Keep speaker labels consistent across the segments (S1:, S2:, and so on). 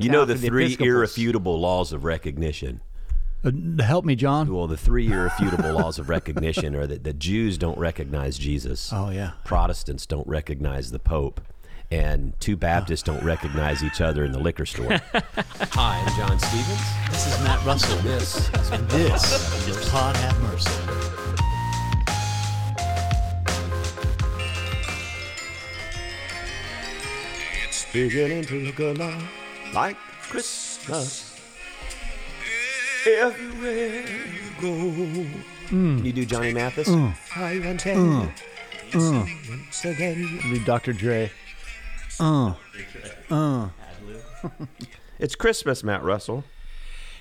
S1: You know
S2: Now
S1: the
S2: for the
S1: three
S2: Episcopals.
S1: irrefutable laws of recognition.
S3: Uh, help me, John.
S1: Well, the three irrefutable laws of recognition are that the Jews don't recognize Jesus.
S3: Oh, yeah.
S1: Protestants don't recognize the Pope. And two Baptists don't recognize each other in the liquor store.
S4: Hi, I'm John Stevens.
S5: This is Matt Russell.
S4: This
S5: And this is Pod Have Mercy.
S6: beginning to look a lot like Christmas. Everywhere you go,
S1: Can you do Johnny Mathis?
S6: I want to once again.
S3: Be Dr. Dre.
S1: It's Christmas, Matt Russell.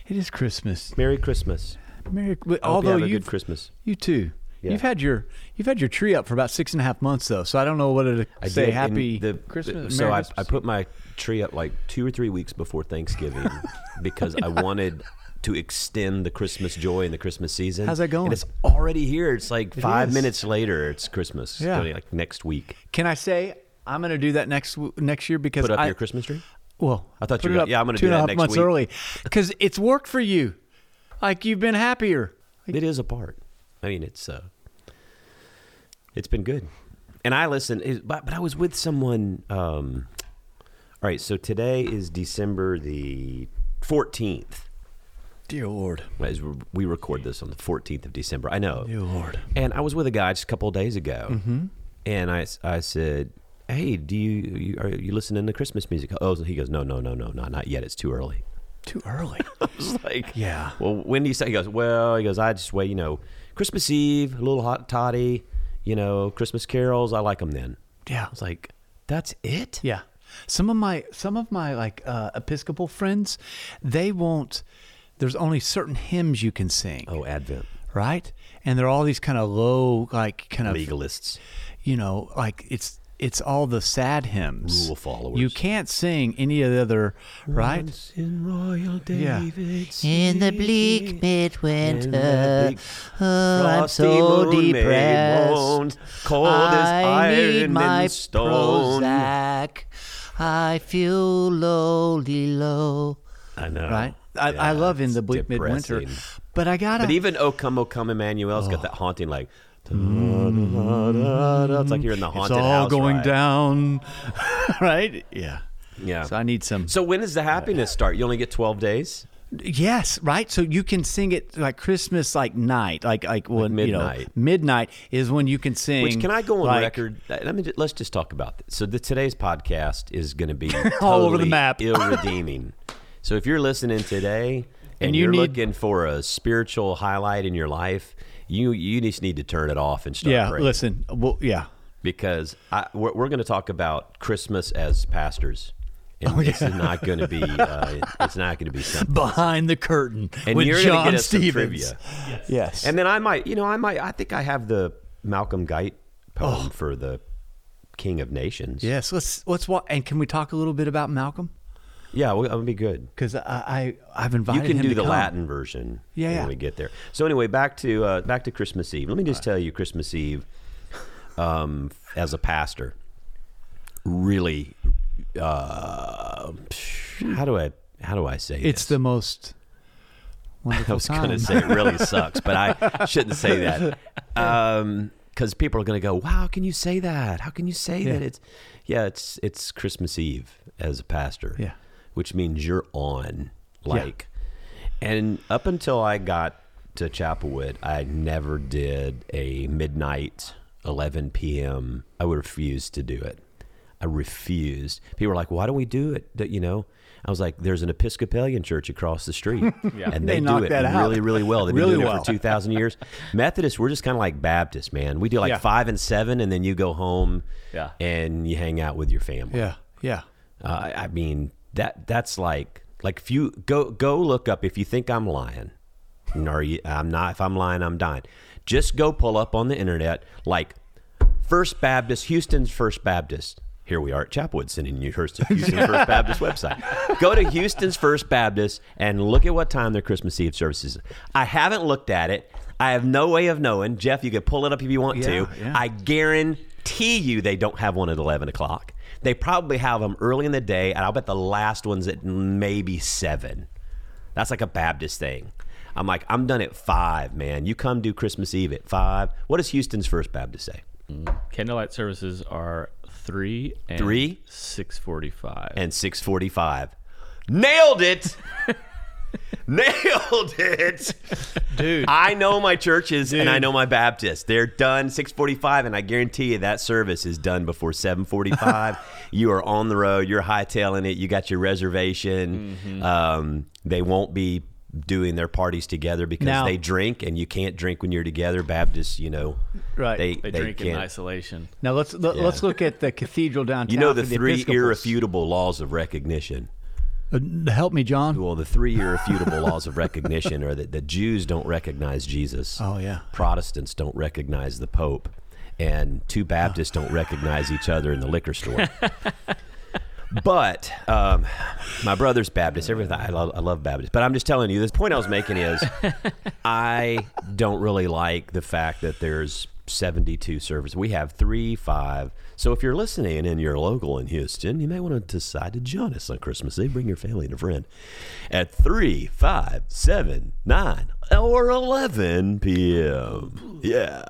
S3: It is Christmas.
S1: Merry Christmas.
S3: Merry. w-
S1: I hope you
S3: Although
S1: have a
S3: you,
S1: good Christmas.
S3: you too.
S1: Yeah.
S3: You've had your you've had your tree up for about six and a half months though, so I don't know whether to
S1: I
S3: say
S1: did, and
S3: happy
S1: the-
S3: Christmas.
S1: So
S3: Merry
S1: I,
S3: Christmas.
S1: I put my tree up like two or three weeks before Thanksgiving because I wanted to extend the Christmas joy and the Christmas season.
S3: How's that going?
S1: And it's already here. It's like five
S3: is.
S1: minutes later. It's Christmas. It's
S3: Yeah.
S1: gonna be, like next week.
S3: Can I say I'm going to do that next w- next year because
S1: Put up
S3: I,
S1: your Christmas tree.
S3: Well,
S1: I thought
S3: put
S1: you
S3: it
S1: were-
S3: up
S1: yeah, I'm gonna
S3: two
S1: do
S3: and a
S1: that
S3: half
S1: next
S3: months
S1: week.
S3: early because it's worked for you. Like you've been happier.
S1: It is a part. I mean, it's uh, it's been good. And I listen, it- but but I was with someone. Um, all right, so today is December the fourteenth.
S3: Dear Lord,
S1: As we- we record this on the fourteenth of December, I know.
S3: dear Lord.
S1: And I was with a guy just a couple of days ago, and I, s- I said, "Hey, do you, you are you listening to Christmas music?" Oh, he goes, "No, no, no, no, not not yet. It's too early."
S3: Too early.
S1: I was like,
S3: Yeah.
S1: Well, when do you say? He goes, well, he goes, I just wait, you know, Christmas Eve, a little hot toddy, you know, Christmas carols. I like them then.
S3: yeah.
S1: I was like, that's it.
S3: Yeah. Some of my some of my like uh, Episcopal friends, they won't. There's only certain hymns you can sing,
S1: Oh, Advent
S3: right? And they're all these kind of low, like kind of
S1: legalists.
S3: you know, like it's it's all the sad hymns.
S1: Rule followers.
S3: You can't sing any of the other, right?
S1: In Royal
S3: Yeah.
S1: David's
S5: In the bleak midwinter, oh, I'm
S1: frosty
S5: so
S1: moon may
S5: depressed.
S1: moan, cold as
S5: I need
S1: iron
S5: my
S1: and stone.
S5: Prozac. I feel lowly low.
S1: I know,
S3: Right. I, I
S1: Oh, Yeah,
S3: love in
S1: it's
S3: the bleak midwinter,
S1: depressing.
S3: but I gotta.
S1: But even O Come, O Come Emmanuel's got that haunting, like, it's like you're in the
S3: Mm. it's
S1: haunted
S3: all
S1: house.
S3: going
S1: right?
S3: down, right? Yeah.
S1: Yeah.
S3: So I need some.
S1: So when does the happiness start? You only get 12 days?
S3: Yes, right. So you can sing it like Christmas, like night, like like when you know
S1: midnight.
S3: midnight is when you can sing.
S1: Which can I go on
S3: like-
S1: record? Uh, Let me ju- let's just talk about this. So the, today's podcast is going to be
S3: All over the
S1: totally
S3: map.
S1: ill-redeeming. so if you're listening today and,
S3: And you
S1: you're
S3: need-
S1: looking for a spiritual highlight in your life, you you just need to turn it off and start
S3: Yeah,
S1: praying.
S3: listen. Well, yeah,
S1: because I, we're, we're going to talk about Christmas as pastors. And
S3: Oh,
S1: this is not going to be uh, it's not going to be something.
S3: behind the curtain
S1: And
S3: with
S1: you're
S3: John
S1: going to get us some
S3: Stevens.
S1: trivia.
S3: Yes.
S1: And then I might, you know, I might, I think I have the Malcolm Geit poem
S3: Oh.
S1: for the King of Nations.
S3: yes. Let's let's walk. And can we talk a little bit about Malcolm?
S1: Yeah, well, that would be good.
S3: Because I, I I've
S1: You
S3: invited
S1: can
S3: him
S1: do
S3: to
S1: the
S3: come.
S1: Latin version
S3: Yeah,
S1: when
S3: yeah.
S1: we get there. So anyway, back to uh, back to Christmas Eve. Let me just tell you, Christmas Eve, um, as a pastor, really, uh, how do I how do I say
S3: It's
S1: this?
S3: the most. Wonderful
S1: I was
S3: time.
S1: going to say it really sucks, but I shouldn't say that because people are going to go, "Wow, how can you say that? How can you say that?" It's yeah, it's it's Christmas Eve as a pastor,
S3: Yeah.
S1: which means you're on like, and up until I got to Chapelwood, I never did a midnight, eleven p.m. I would refuse to do it. I refused. People were like, "Why don't we do it?" That you know. I was like, "There's an Episcopalian church across the street, and
S3: They
S1: they, do
S3: knocked
S1: it
S3: that out.
S1: really, really well. They've
S3: Really
S1: been doing
S3: well.
S1: it for two thousand years. Methodists, we're just kind of like Baptists, man. We do like
S3: Yeah.
S1: five and seven, and then you go home,
S4: Yeah.
S1: and you hang out with your family.
S3: Yeah. Yeah.
S1: Uh, I- I mean that that's like like if you go go look up if you think I'm lying, or you, I'm not. If I'm lying, I'm dying. Just go pull up on the internet like First Baptist, Houston's First Baptist. Here we are at Chapwood sending you Houston Houston First Baptist website. Go to Houston's First Baptist and look at what time their Christmas Eve service is. I haven't looked at it. I have no way of knowing. Jeff, you could pull it up if you want
S3: Yeah,
S1: to.
S3: yeah.
S1: I guarantee you they don't have one at 11 o'clock. They probably have them early in the day, and I'll bet the last one's at maybe seven. That's like a Baptist thing. I'm like, I'm done at five, man. You come do Christmas Eve at five. What does Houston's First Baptist say?
S2: Candlelight services are three and
S1: Three?
S2: six forty five.
S1: and 645. Nailed it! Nailed it!
S3: Dude.
S1: I know my churches and I know my Baptists. They're done 645, and I guarantee you that service is done before 745. you are on the road, you're hightailing it, you got your reservation. Um, they won't be doing their parties together because
S3: Now-
S1: they drink and you can't drink when you're together. Baptists, you know,
S3: Right.
S1: they,
S2: They,
S1: they
S2: drink in
S1: can't.
S2: isolation.
S3: Now let's let, us look at the cathedral downtown.
S1: You know the
S3: for
S1: three
S3: Episcopals.
S1: irrefutable laws of recognition.
S3: Uh, help me, John.
S1: Well, the three irrefutable laws of recognition are that the Jews don't recognize Jesus.
S3: Oh, yeah.
S1: Protestants don't recognize the Pope. And two Baptists don't recognize each other in the liquor store. but um, my brother's Baptist. Everything I love, I love Baptist. But I'm just telling you, this point I was making is I don't really like the fact that there's 72 servers. We have three, five. So if you're listening and you're local in Houston, you may want to decide to join us on Christmas Eve. Bring your family and a friend at 3, 5, 7, 9, or 11 p.m. Yeah.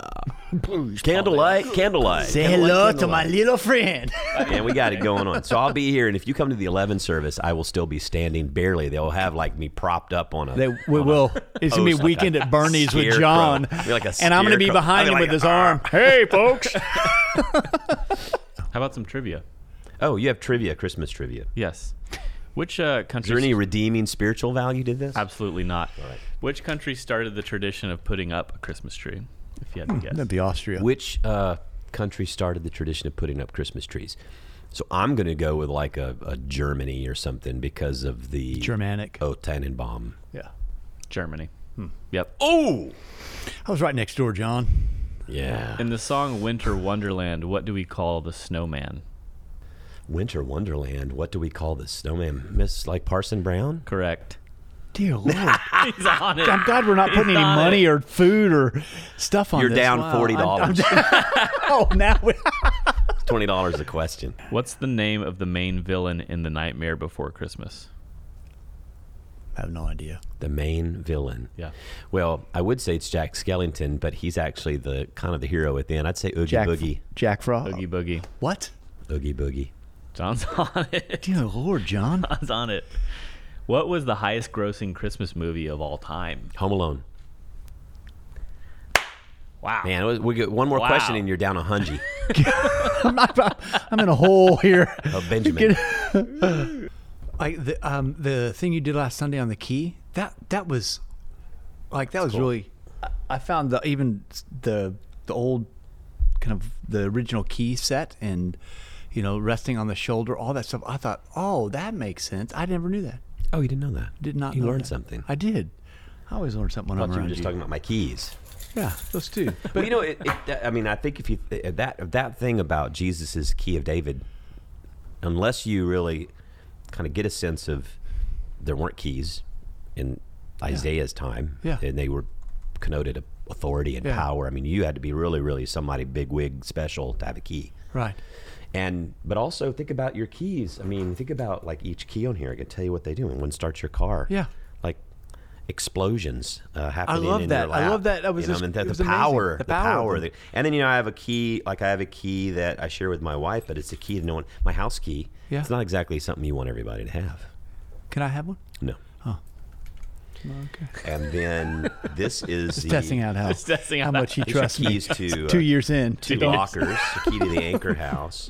S1: Candlelight, candlelight.
S3: hello to my little friend.
S1: And we got it going on. So I'll be here. And if you come to the 11 service, I will still be standing barely. They'll have like me propped up on a.
S3: They, we will. It's gonna be
S1: post like
S3: weekend
S1: a
S3: at Bernie's with
S1: scarecrow.
S3: John,
S1: Be like a
S3: and I'm gonna be
S1: scarecrow.
S3: behind
S1: I'll
S3: him
S1: be like,
S3: with his
S1: "Arr."
S3: arm. Hey, folks!
S2: How about some trivia?
S1: Oh, you have trivia, Christmas trivia.
S2: Yes. Which uh,
S1: Is there
S2: country?
S1: any redeeming spiritual value to this?
S2: Absolutely not. Which country started the tradition of putting up a Christmas tree? If you had
S1: Hmm,
S2: to guess.
S3: That'd be Austria.
S1: Which uh, country started the tradition of putting up Christmas trees? So I'm going to go with like a, a Germany or something because of the
S3: Germanic.
S1: Oh, Tannenbaum.
S3: Yeah,
S2: Germany. Hmm. Yep.
S1: Oh,
S3: I was right next door, John.
S1: yeah.
S2: In the song Winter Wonderland, what do we call the snowman?
S1: Winter Wonderland. What do we call this snowman? Miss like Parson Brown?
S2: Correct.
S3: Dear Lord,
S1: Ah,
S2: He's on it.
S3: I'm glad we're not putting any
S2: on
S3: money or food or stuff on
S1: You're
S3: this.
S1: down
S3: Wow,
S1: forty
S3: I'm-
S1: dollars.
S3: I'm- Oh, now we
S1: Twenty dollars a question.
S2: What's the name of the main villain in The Nightmare Before Christmas?
S3: I have no idea.
S1: The main villain.
S2: Yeah.
S1: Well, I would say it's Jack Skellington, but he's actually the kind of the hero at the end. I'd say Oogie
S3: Jack
S1: Boogie.
S3: Jack Frost.
S2: Boogie Boogie.
S3: What?
S1: Oogie Boogie.
S2: John's on it.
S3: Dear Lord, John.
S2: John's on it. What was the highest grossing Christmas movie of all time?
S1: Home Alone.
S2: Wow.
S1: Man, it was- we get one more
S2: Wow.
S1: question and you're down a hundred.
S3: I'm, not, I'm in a hole here.
S1: A Oh, Benjamin.
S3: like the um the thing you did last Sunday on the key that that was like that was really I- I found the even s- the the old kind of the original key set and you know resting on the shoulder all that stuff I thought oh that makes sense I never knew that
S1: Oh, you didn't know that.
S3: did not
S1: You
S3: know
S1: learned
S3: that.
S1: something.
S3: I did I always learn something when
S1: I
S3: I'm
S1: thought you
S3: around
S1: were just
S3: you.
S1: talking about my keys.
S3: yeah those two
S1: But you know, it, it, I mean, I think if you that that thing about Jesus's key of David, unless you really kind of get a sense of there weren't keys in Isaiah's time,
S3: Yeah.
S1: and they were connoted authority and
S3: Yeah.
S1: power. I mean, you had to be really, really somebody big wig special to have a key.
S3: right
S1: And but also think about your keys. I mean, think about like each key on here. I can tell you what they do. And one starts your car.
S3: Yeah.
S1: Like explosions uh, happening.
S3: love
S1: in
S3: that.
S1: Your
S3: I
S1: lap.
S3: love that. That was
S1: you know,
S3: just-
S1: and the,
S3: it was
S1: the
S3: amazing.
S1: power,
S3: The
S1: the
S3: power.
S1: power. that- and then you know, I have a key. Like I have a key that I share with my wife, but it's a key to no one. My house key.
S3: Yeah.
S1: It's not exactly something you want everybody to have.
S3: can I have one
S1: No.
S3: okay
S1: And then this is the,
S3: testing out how
S2: testing
S3: how
S2: out.
S3: much he
S1: these are
S3: trusts me
S1: keys to
S3: two
S1: uh,
S3: years in
S1: two lockers, the key to the anchor house.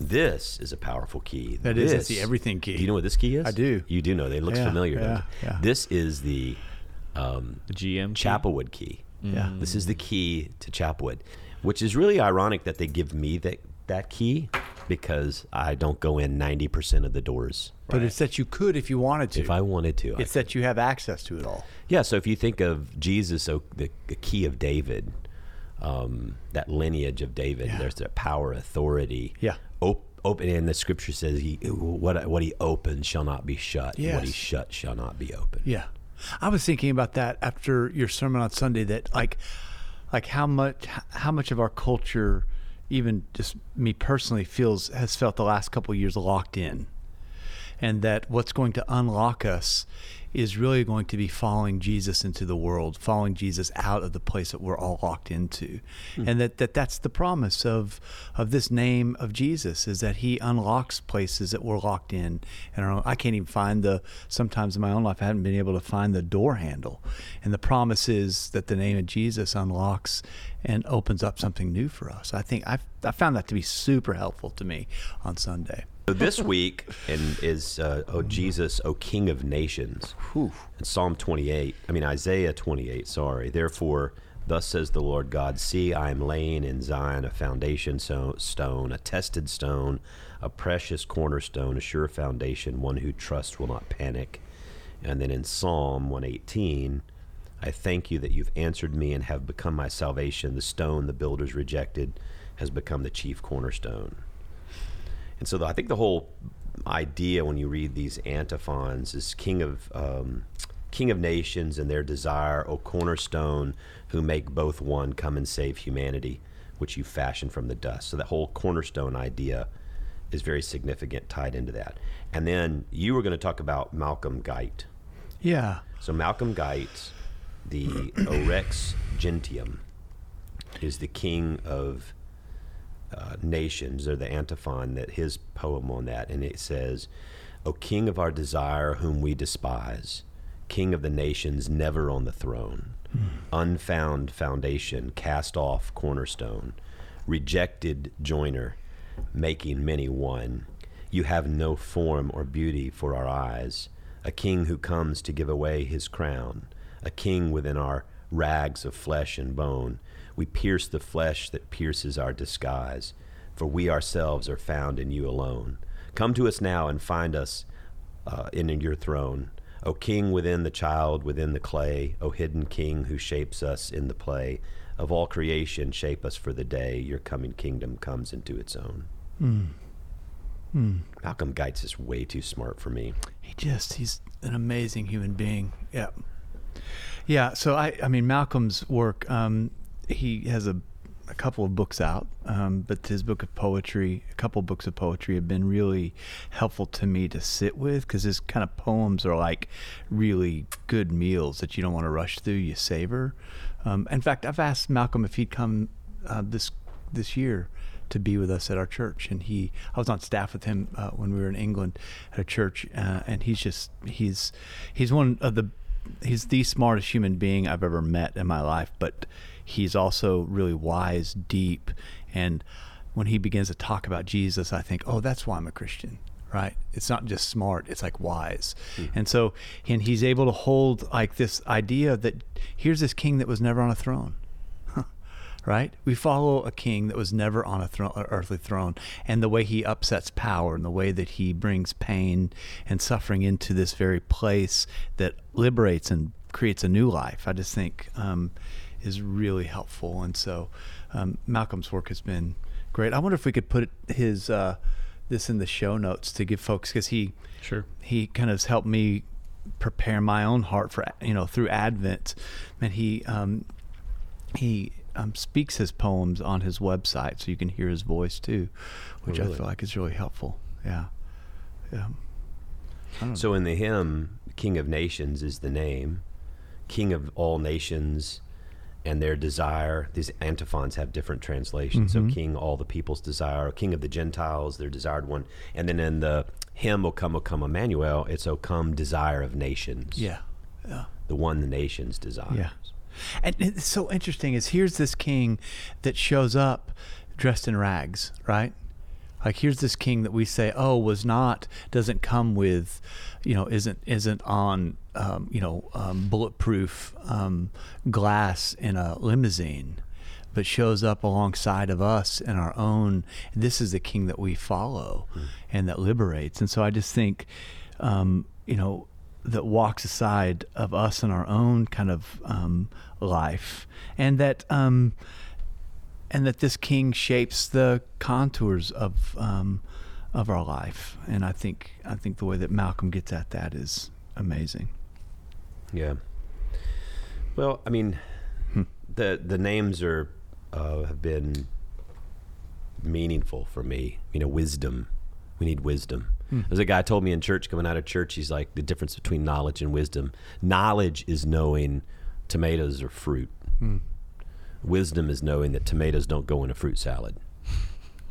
S1: This is a powerful key.
S3: That is,
S1: this,
S3: that's the everything key.
S1: Do you know what this key is?
S3: I do.
S1: You do know. They looks
S3: Yeah,
S1: familiar. don't
S3: yeah,
S1: you?
S3: yeah.
S1: This is the um,
S2: GM.
S1: Chapelwood key.
S3: Mm. Yeah.
S1: This is the key to Chapelwood, which is really ironic that they give me that that key because I don't go in ninety percent of the doors.
S3: but it's that you could if you wanted to
S1: If I wanted to, I
S3: It's that you have access to it all.
S1: Yeah, so if you think of Jesus, so the, the key of David, um, that lineage of David, there's that power, authority.
S3: Yeah.
S1: Op- open, and the scripture says, he, what, what he opens shall not be shut, and what he
S3: Yes.
S1: shut shall not be open.
S3: Yeah. I was thinking about that after your sermon on Sunday that like like how much how much of our culture even just me personally feels has felt the last couple of years locked in and that what's going to unlock us is really going to be following Jesus into the world, following Jesus out of the place that we're all locked into. And that, that that's the promise of of this name of Jesus is that he unlocks places that we're locked in and our own, I can't even find the sometimes in my own life I haven't been able to find the door handle. And the promise is that the name of Jesus unlocks and opens up something new for us. I think I've, I found that to be super helpful to me on Sunday.
S1: So this week and is uh, oh Jesus, oh King of Nations, and Psalm twenty-eight. I mean Isaiah twenty-eight. Sorry. Therefore, thus says the Lord God: See, I am laying in Zion a foundation so, stone, a tested stone, a precious cornerstone, a sure foundation. One who trusts will not panic. And then in Psalm one eighteen. I thank you that you've answered me and have become my salvation. The stone the builders rejected has become the chief cornerstone. And so the, I think the whole idea when you read these antiphons is King of um, King of Nations and their desire, O cornerstone, who make both one, come and save humanity, which you fashioned from the dust. So that whole cornerstone idea is very significant, tied into that. And then you were going to talk about Malcolm Geit.
S3: Yeah.
S1: So Malcolm Geit, the Orex Gentium, is the king of uh, nations, or the antiphon that his poem on that, and it says, "O King of our desire, whom we despise, King of the nations, never on the throne, unfound foundation, cast off cornerstone, rejected joiner, making many one. You have no form or beauty for our eyes, a king who comes to give away his crown, a king within our rags of flesh and bone. We pierce the flesh that pierces our disguise, for we ourselves are found in you alone. Come to us now and find us uh, in your throne. O King within the child, within the clay, O hidden King who shapes us in the play of all creation, shape us for the day your coming kingdom comes into its own. Malcolm Geitz is way too smart for me.
S3: He just he's an amazing human being. Yeah. Yeah, so I I mean Malcolm's work um he has a a couple of books out, um, but his book of poetry, a couple books of poetry have been really helpful to me to sit with because his kind of poems are like really good meals that you don't want to rush through, you savor. Um, in fact, I've asked Malcolm if he'd come uh, this this year to be with us at our church. And he, I was on staff with him uh, when we were in England at a church, uh, and he's just he's he's one of the he's the smartest human being I've ever met in my life. But he's also really wise, deep, and when he begins to talk about Jesus, I think, oh, that's why I'm a Christian. Right, it's not just smart; it's like wise, and so and he's able to hold like this idea that here's this king that was never on a throne, right? We follow a king that was never on a thro- a earthly throne, and the way he upsets power, and the way that he brings pain and suffering into this very place that liberates and creates a new life, I just think um, is really helpful. And so, um, Malcolm's work has been great. I wonder if we could put his uh, this in the show notes to give folks because he
S2: Sure.
S3: he kind of has helped me prepare my own heart for you know through Advent, and he um, he um, speaks his poems on his website, so you can hear his voice too, which I feel like is really helpful. Yeah, Um, yeah,
S1: So in the hymn, King of Nations is the name, King of all nations and their desire. These antiphons have different translations.
S3: Mm-hmm.
S1: So King, all the people's desire, King of the Gentiles, their desired one. And then in the hymn, O come, O come, Emmanuel, it's O come, desire of nations.
S3: yeah,
S1: The one the nations desire.
S3: yeah. And it's so interesting is here's this king that shows up dressed in rags, right? Like here's this king that we say, oh, was not doesn't come with, you know, isn't isn't on, um, you know, um, bulletproof um, glass in a limousine, but shows up alongside of us in our own. This is the king that we follow, and that liberates. And so I just think, um, you know, that walks aside of us in our own kind of um, life, and that. Um, and that this king shapes the contours of um, of our life. And I think I think the way that Malcolm gets at that is amazing.
S1: Yeah. Well, I mean, the the names are uh, have been meaningful for me. You know, wisdom. We need wisdom. There's a guy told me in church, coming out of church, he's like the difference between knowledge and wisdom. Knowledge is knowing tomatoes are fruit. Wisdom is knowing that tomatoes don't go in a fruit salad.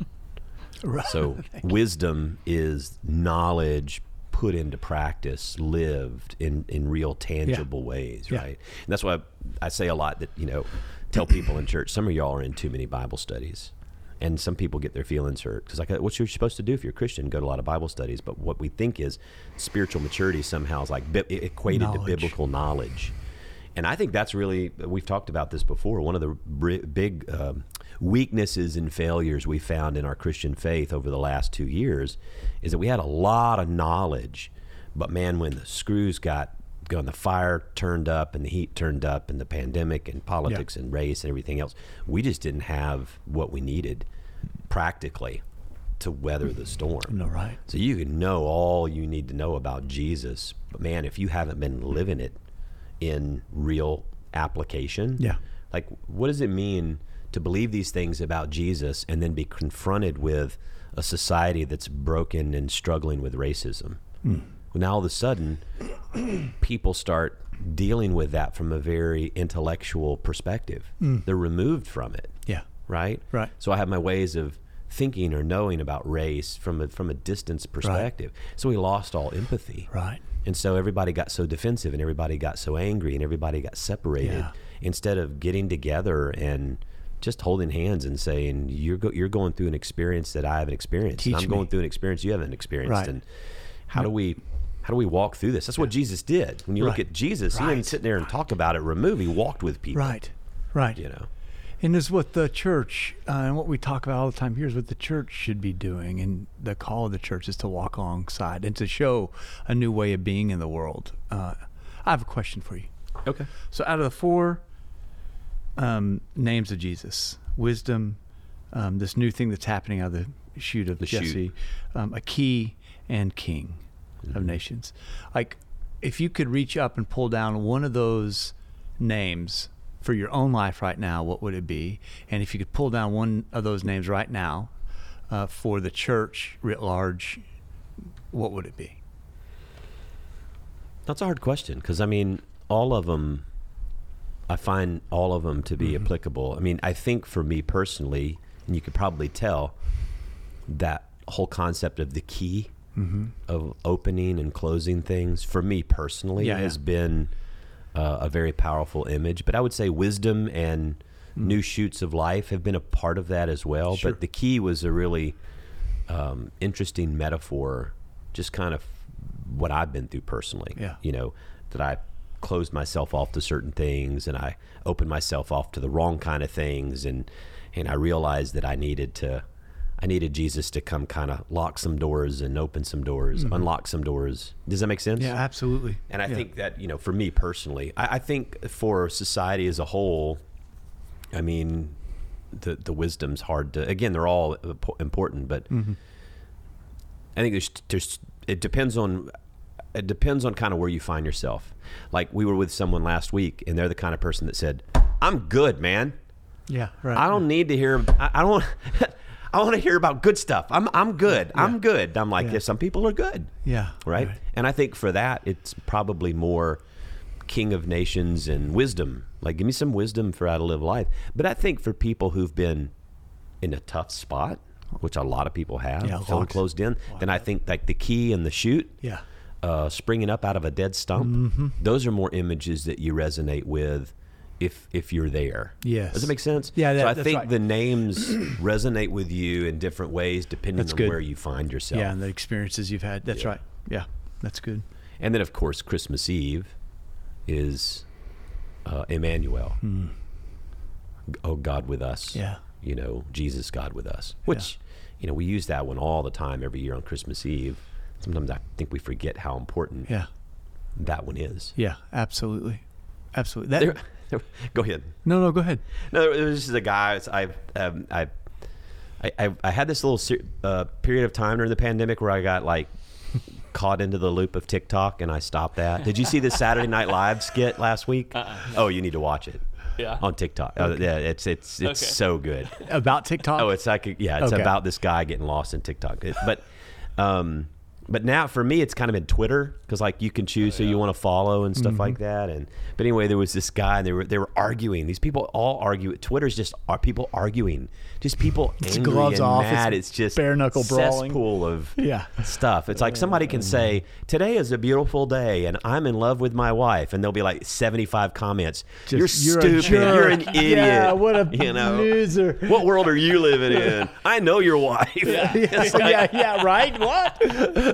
S3: Right.
S1: So wisdom is knowledge put into practice, lived in, in real tangible ways,
S3: Yeah.
S1: right? And that's why I say a lot that, you know, tell people in church, some of y'all are in too many Bible studies. And some people get their feelings hurt because, like, uh, what you're supposed to do if you're a Christian, go to a lot of Bible studies. But what we think is spiritual maturity somehow is like bi- e-, equated to
S3: Knowledge.
S1: biblical knowledge. And I think that's really, we've talked about this before, one of the bri- big um, weaknesses and failures we found in our Christian faith over the last two years is that we had a lot of knowledge, but man, when the screws got, when the fire turned up and the heat turned up and the pandemic and politics and race and everything else, we just didn't have what we needed practically to weather the storm.
S3: No, right.
S1: So you can know all you need to know about Jesus, but man, if you haven't been living it in real application,
S3: Yeah.
S1: like what does it mean to believe these things about Jesus and then be confronted with a society that's broken and struggling with racism?
S3: Hmm.
S1: Well, now all of a sudden, people start dealing with that from a very intellectual perspective.
S3: Hmm.
S1: They're removed from it
S3: Yeah.
S1: right?
S3: Right.
S1: So I have my ways of thinking or knowing about race from a, from a distance perspective. So we lost all empathy.
S3: Right.
S1: And so everybody got so defensive and everybody got so angry and everybody got separated
S3: Yeah.
S1: instead of getting together and just holding hands and saying you're go- you're going through an experience that I haven't experienced. and
S3: Teach
S1: I'm going
S3: me.
S1: through an experience you haven't experienced
S3: Right.
S1: and how do we how do we walk through this? That's what Jesus did. When you look
S3: Right.
S1: at Jesus, he
S3: Right.
S1: didn't sit there and talk about it, remove, he walked with people.
S3: Right. Right.
S1: You know.
S3: And it's what the church uh, and what we talk about all the time here is what the church should be doing, and the call of the church is to walk alongside and to show a new way of being in the world. Uh, I have a question for you.
S1: Okay.
S3: So, out of the four um, names of Jesus, wisdom, um, this new thing that's happening out of the shoot of
S1: The shoot. Mm-hmm.
S3: Jesse, Um, a key, and king of nations. Like, if you could reach up and pull down one of those names for your own life right now, what would it be? And if you could pull down one of those names right now uh, for the church writ large, what would it be?
S1: That's a hard question because I mean, all of them, I find all of them to be
S3: Mm-hmm.
S1: applicable. I mean, I think for me personally, and you could probably tell that whole concept of the key
S3: Mm-hmm.
S1: of opening and closing things for me personally
S3: Yeah,
S1: has
S3: yeah.
S1: been uh, a very powerful image. But I would say wisdom and new shoots of life have been a part of that as well.
S3: Mm-hmm. Sure.
S1: But the key was a really um, interesting metaphor, just kind of what I've been through personally.
S3: Yeah.
S1: You know, that I closed myself off to certain things and I opened myself off to the wrong kind of things and and I realized that I needed to I needed Jesus to come kind of lock some doors and open some doors, unlock some doors. Does that make sense?
S3: Mm-hmm. Yeah, absolutely.
S1: And I think that, you know, for me personally, I, I think for society as a whole, I mean, the the wisdom's hard to. Again, they're all impo- important, but
S3: Mm-hmm.
S1: I think there's, there's it depends on it depends on kind of where you find yourself. Like we were with someone last week, and they're the kind of person that said, "I'm good, man.
S3: Yeah, right.
S1: I don't need to hear. I, I don't." I want to hear about good stuff. I'm I'm good. I'm good. I'm like,
S3: Yeah.
S1: yeah, some people are good
S3: Yeah.
S1: right? And I think for that, it's probably more king of nations and wisdom. Like, give me some wisdom for how to live life. But I think for people who've been in a tough spot, which a lot of people have,
S3: Yeah,
S1: feeling
S3: locked-
S1: closed in, then I think like the key and the shoot,
S3: Yeah.
S1: uh, springing up out of a dead stump,
S3: Mm-hmm.
S1: those are more images that you resonate with. If, if you're there,
S3: Yes.
S1: does it make sense?
S3: Yeah, that-
S1: so I
S3: that's
S1: think
S3: right.
S1: the names resonate with you in different ways depending
S3: That's
S1: on
S3: good.
S1: where you find yourself.
S3: Yeah, and the experiences you've had. That's right. Yeah, that's good.
S1: And then, of course, Christmas Eve is uh, Emmanuel. Oh, God with us.
S3: Hmm. Yeah.
S1: You know, Jesus, God with us. Which, you know, we use that one all the time every year on Christmas Eve. Sometimes I think we forget how important
S3: Yeah,
S1: that one is.
S3: yeah, absolutely, absolutely. That,
S1: There- there- go ahead.
S3: no, no, go ahead.
S1: No, it was just a guy. it's- I, um, I, I, I, I had this little ser- uh, period of time during the pandemic where I got like caught into the loop of TikTok, and I stopped that. Did you see the Saturday Night Live skit last week? Oh, you need to watch it.
S2: Yeah.
S1: on TikTok. Oh, yeah, it's it's it's
S2: Okay.
S1: so good.
S3: about TikTok.
S1: Oh, it's like yeah, it's
S3: Okay.
S1: about this guy getting lost in TikTok. It- but um, but now for me, it's kind of in Twitter because like you can
S3: Oh,
S1: choose who you want to follow and stuff like
S3: Mm-hmm.
S1: that. And but anyway, there was this guy and they were they were arguing. These people all argue. Twitter's just are people arguing, just people
S3: It's
S1: angry
S3: gloves
S1: and
S3: off, it's
S1: mad. It's, just
S3: bare knuckle brawling.
S1: cesspool of
S3: Yeah. Uh.
S1: stuff. It's like somebody can say today is a beautiful day and I'm in love with my wife, and there'll be like 75 comments.
S3: Just,
S1: you're,
S3: "You're a
S1: stupid. You're an
S3: jerk."
S1: idiot.
S3: Yeah, what a
S1: you know?
S3: loser.
S1: What world are you living in? I know your wife. it's, like,
S3: Oh, yeah, yeah, right. What?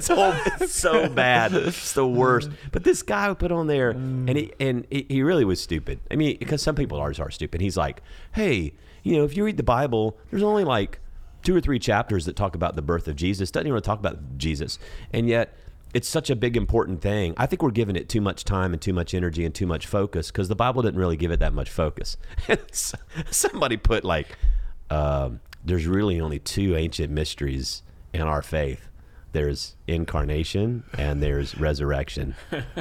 S1: it's all- it's so bad. It's the worst. But this guy would put on there, and he and he he really was stupid. I mean, because some people ours are stupid. He's like, hey, you know, if you read the Bible, there's only like two or three chapters that talk about the birth of Jesus. Doesn't even want to talk about Jesus, and yet. It's such a big important thing. I think we're giving it too much time and too much energy and too much focus because the Bible didn't really give it that much focus. So- Somebody put like, um, there's really only two ancient mysteries in our faith. There's incarnation and there's resurrection.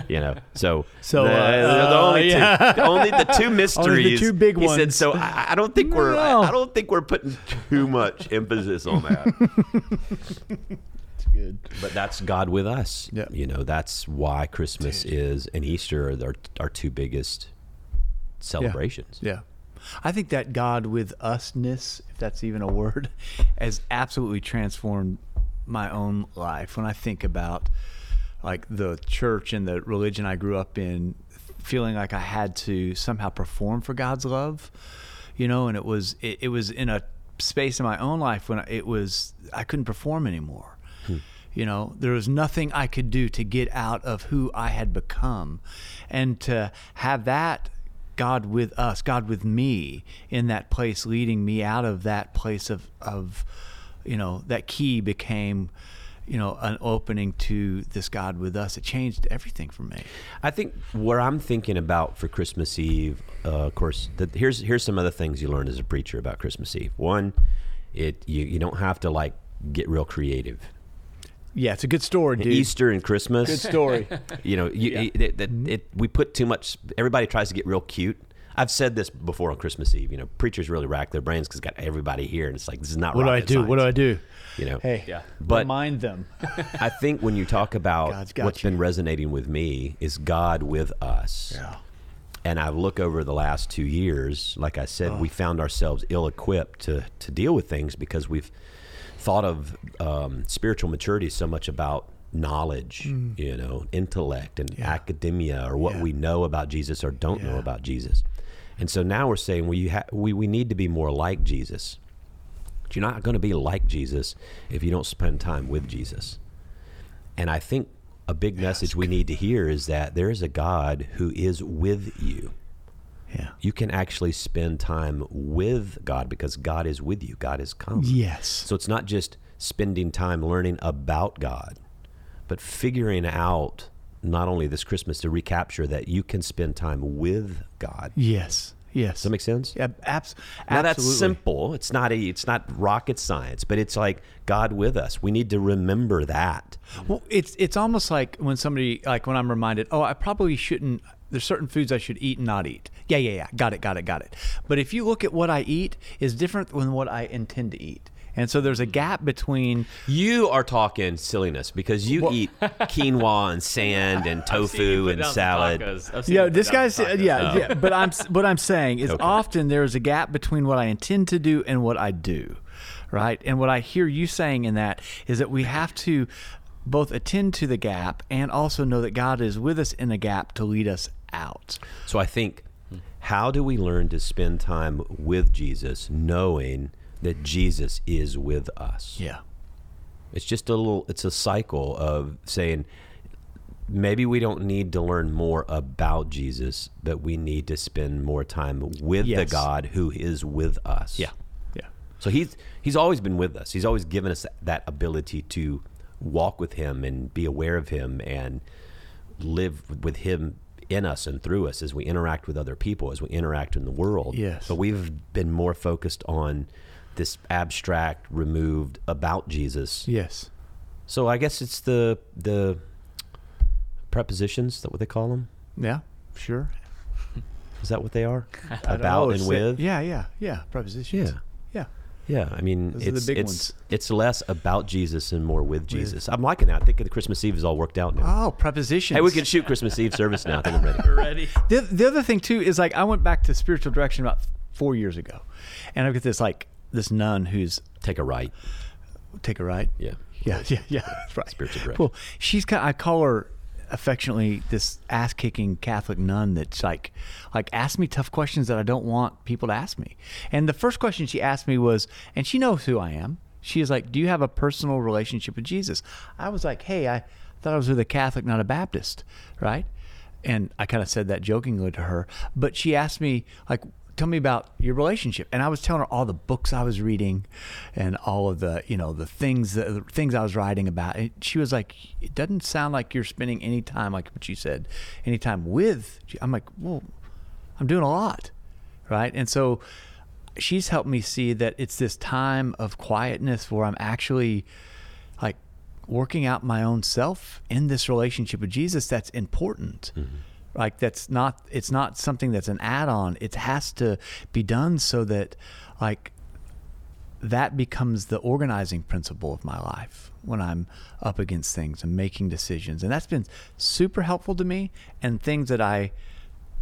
S1: You know, so
S3: So,
S1: the,
S3: uh,
S1: the only
S3: yeah.
S1: two, the only the two mysteries,
S3: two big
S1: he Said,
S3: ones.
S1: so I, I don't think we're
S3: No.
S1: I don't think we're putting too much emphasis on that.
S3: Good.
S1: But that's God with us.
S3: Yeah.
S1: You know, that's why Christmas is and Easter are our, our two biggest celebrations.
S3: Yeah. I think that God with usness, if that's even a word, has absolutely transformed my own life. When I think about like the church and the religion I grew up in, feeling like I had to somehow perform for God's love, you know, and it was it, it was in a space in my own life when it was I couldn't perform anymore. You know, there was nothing I could do to get out of who I had become. And to have that God with us, God with me in that place, leading me out of that place of, of you know, that key became, you know, an opening to this God with us. It changed everything for me.
S1: I think where I'm thinking about for Christmas Eve, uh, of course, that here's here's some other things you learn as a preacher about Christmas Eve. One, it you, you don't have to like get real creative.
S3: Yeah, it's a good story, dude.
S1: Easter and Christmas,
S3: Good story.
S1: you know, you, it, it, that- it, we put too much. Everybody tries to get real cute. I've said this before on Christmas Eve. You know, preachers really rack their brains because got everybody here, and it's like this is not
S3: what do I
S1: rocket
S3: do? What do I
S1: science,
S3: do?
S1: You know,
S3: Hey,
S2: Yeah.
S1: But-
S3: remind them.
S1: I think when you talk about
S3: God's
S1: what's
S3: got you.
S1: been resonating with me is God with us. Yeah. And I look over the last two years, like I said,
S3: Uh.
S1: we found ourselves ill equipped to, to deal with things because we've thought of um, spiritual maturity so much about knowledge, you know, intellect and academia or what
S3: Mm. Yeah.
S1: we know about Jesus or don't know
S3: Yeah.
S1: about Jesus. And so now we're saying well, you ha- we, we need to be more like Jesus. But you're not going to be like Jesus if you don't spend time with Jesus. And I think a big message we need to hear is that there is a God who is with you.
S3: Yeah.
S1: You can actually spend time with God because God is with you. God is come.
S3: Yes.
S1: So it's not just spending time learning about God, but figuring out not only this Christmas to recapture that you can spend time with God. Does
S3: Yes. Yes.
S1: that make sense?
S3: Yeah, abs-
S1: Now
S3: absolutely.
S1: that's simple. It's not a, it's not rocket science, but it's like God with us. We need to remember that.
S3: Well, it's it's almost like when somebody like when I'm reminded, oh, I probably shouldn't. There's certain foods I should eat and not eat. Yeah, yeah, yeah. Got it, got it, got it. But if you look at what I eat, is different than what I intend to eat, and so there's a gap between.
S1: You are talking silliness because you
S3: Well-
S1: eat quinoa and sand and
S2: I've seen you
S1: tofu
S2: put
S1: and
S2: down some
S1: salad.
S2: tacos. I've seen
S3: Yeah,
S2: you put
S3: this
S2: down
S3: guy's
S2: some
S3: yeah,
S2: tacos.
S3: yeah. But I'm s- what I'm saying is often there is a gap between what I intend to do and what I do, right? And what I hear you saying in that is that we have to both attend to the gap and also know that God is with us in the gap to lead us out.
S1: So I think, how do we learn to spend time with Jesus, knowing that Jesus is with us?
S3: Yeah.
S1: It's just a little. It's a cycle of saying, maybe we don't need to learn more about Jesus, but we need to spend more time with the
S3: Yes.
S1: God who is with us. Yeah.
S3: Yeah.
S1: So he's he's always been with us. He's always given us that ability to walk with him and be aware of him and live with him in us and through us as we interact with other people, as we interact in the world.
S3: Yes.
S1: But we've been more focused on this abstract, removed about Jesus.
S3: Yes.
S1: So I guess it's the the prepositions is that what they call them.
S3: Yeah. Sure.
S1: Is that what they are?
S3: I don't
S1: About
S3: know,
S1: and
S3: sit-
S1: with.
S3: Yeah, yeah, yeah. Prepositions.
S1: Yeah.
S3: Yeah.
S1: Yeah, I mean,
S3: Those are the
S1: it's
S3: big
S1: it's
S3: ones.
S1: it's less about Jesus and more with Jesus. I'm liking that. I think the Christmas Eve is all worked out now.
S3: Oh, prepositions.
S1: hey, we can shoot Christmas Eve service now. I think I'm ready.
S2: Ready?
S3: The, the other thing too is like I went back to spiritual direction about four years ago, and I've got this like this nun who's
S1: Take a right.
S3: take a ride.
S1: Yeah.
S3: Yeah, yeah, yeah. that's Right.
S1: Spiritual direction.
S3: Cool. She's kind. I call her affectionately this ass-kicking Catholic nun that's like, like ask me tough questions that I don't want people to ask me. And the first question she asked me was, and she knows who I am. She is like, "Do you have a personal relationship with Jesus?" I was like, "Hey, I thought I was with a Catholic, not a Baptist, right?" And I kind of said that jokingly to her, but she asked me like, tell me about your relationship and i was telling her all the books i was reading and all of the you know the things the things i was writing about and she was like it doesn't sound like you're spending any time like what you said any time with i'm like well i'm doing a lot right and so she's helped me see that it's this time of quietness where i'm actually like working out my own self in this relationship with Jesus that's important. Like that's not it's not something that's an add-on. It has to be done so that like that becomes the organizing principle of my life when I'm up against things and making decisions. And that's been super helpful to me and things that I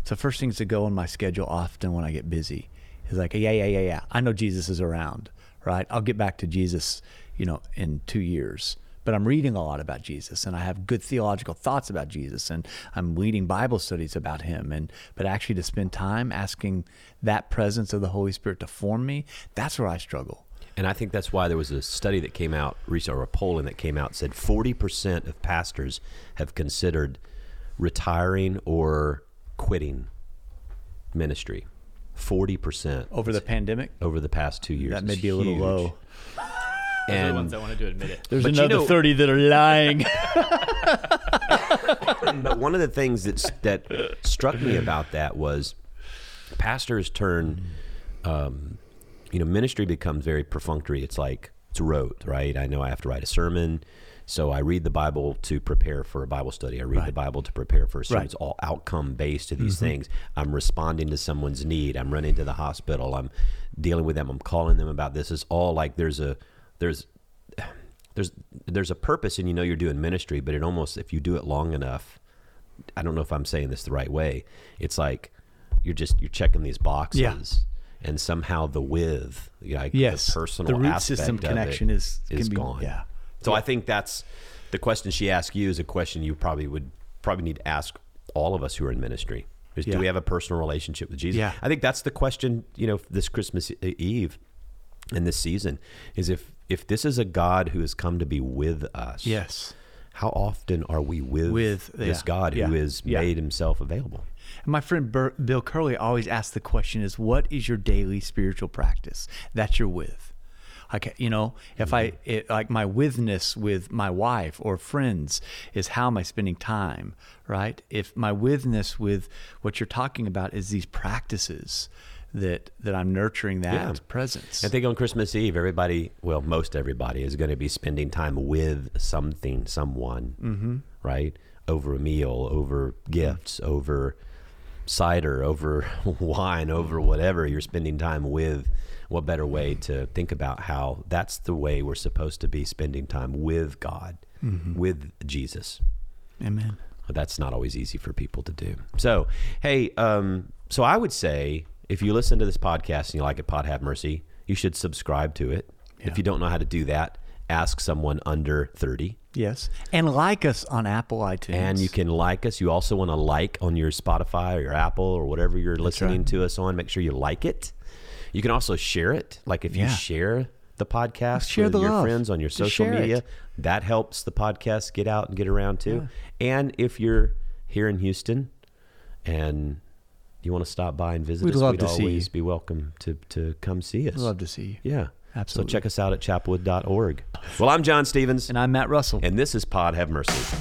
S3: so first things to go on my schedule often when I get busy is like, yeah, yeah, yeah, yeah. I know Jesus is around, right? I'll get back to Jesus, you know, in two years. But I'm reading a lot about Jesus and I have good theological thoughts about Jesus and I'm leading Bible studies about him. And but actually to spend time asking that presence of the Holy Spirit to form me, that's where I struggle.
S1: And I think that's why there was a study that came out recently, or a polling that came out, said 40% of pastors have considered retiring or quitting ministry. 40%
S3: Over the pandemic,
S1: over the past two years.
S3: Oh. that
S1: It's
S3: may be a little
S1: huge.
S3: low.
S2: They're the
S1: And
S2: ones that wanted to admit it.
S3: There's
S1: But you
S3: another
S1: know-
S3: 30 that are lying.
S1: but one of the things that's, that struck me about that was pastors turn, um, you know, ministry becomes very perfunctory. It's like it's rote, right? I know I have to write a sermon, so I read the Bible to prepare for a Bible study. I read the Bible to prepare for a sermon.
S3: Right.
S1: It's all outcome based to these things. I'm responding to someone's need. I'm running to the hospital. I'm dealing with them. I'm calling them about this. It's all like there's a there's there's there's a purpose and you know you're doing ministry but it almost if you do it long enough i don't know if i'm saying this the right way it's like you're just you're checking these boxes
S3: Yeah.
S1: and somehow the with you know, like
S3: Yes,
S1: the personal
S3: the root
S1: aspect
S3: system
S1: of it
S3: connection is-
S1: is
S3: can be-
S1: gone
S3: yeah.
S1: so i think that's the question she asked you is a question you probably would probably need to ask all of us who are in ministry is
S3: Yeah.
S1: do we have a personal relationship with jesus
S3: Yeah.
S1: i think that's the question you know this christmas E, eve in this season is if if this is a God who has come to be with us,
S3: yes.
S1: how often are we with,
S3: With-
S1: this
S3: yeah,
S1: God who
S3: yeah,
S1: has
S3: yeah.
S1: made himself available?
S3: And my friend Bur- Bill Curley always asks the question: Is what is your daily spiritual practice that you're with? Like you know, if I
S1: Mm-hmm.
S3: it, like my withness with my wife or friends is how am I spending time, right? If my withness with what you're talking about is these practices that that I'm nurturing that
S1: Yeah.
S3: presence.
S1: I think on Christmas Eve, everybody, well, most everybody is going to be spending time with something, someone, mm-hmm. right? Over a meal, over gifts, over cider, over wine, over whatever. You're spending time with. What better way to think about how that's the way we're supposed to be spending time with God, with Jesus?
S3: Amen.
S1: But that's not always easy for people to do. So, hey, um, so I would say if you listen to this podcast and you like it, Pod Have Mercy, you should subscribe to it. If you don't know how to do that, ask someone under 30.
S3: Yes, and like us on Apple iTunes.
S1: And you can like us. You also want to like on your Spotify or your Apple or whatever you're listening to us on. Make sure you like it. You can also share it. Like if
S3: Yeah.
S1: you share the podcast
S3: Share
S1: with
S3: the
S1: your
S3: love.
S1: friends on your
S3: Just
S1: social
S3: share it.
S1: media, that helps the podcast get out and get around too. And if you're here in Houston and you want to stop by and visit
S3: We'd
S1: us,
S3: love
S1: we'd
S3: to see you.
S1: always be welcome to, to come see us.
S3: love to see you.
S1: yeah.
S3: Absolutely.
S1: So check us out at chapwood.org. Well, I'm John Stevens,
S3: And I'm Matt Russell.
S1: and this is Pod Have Mercy.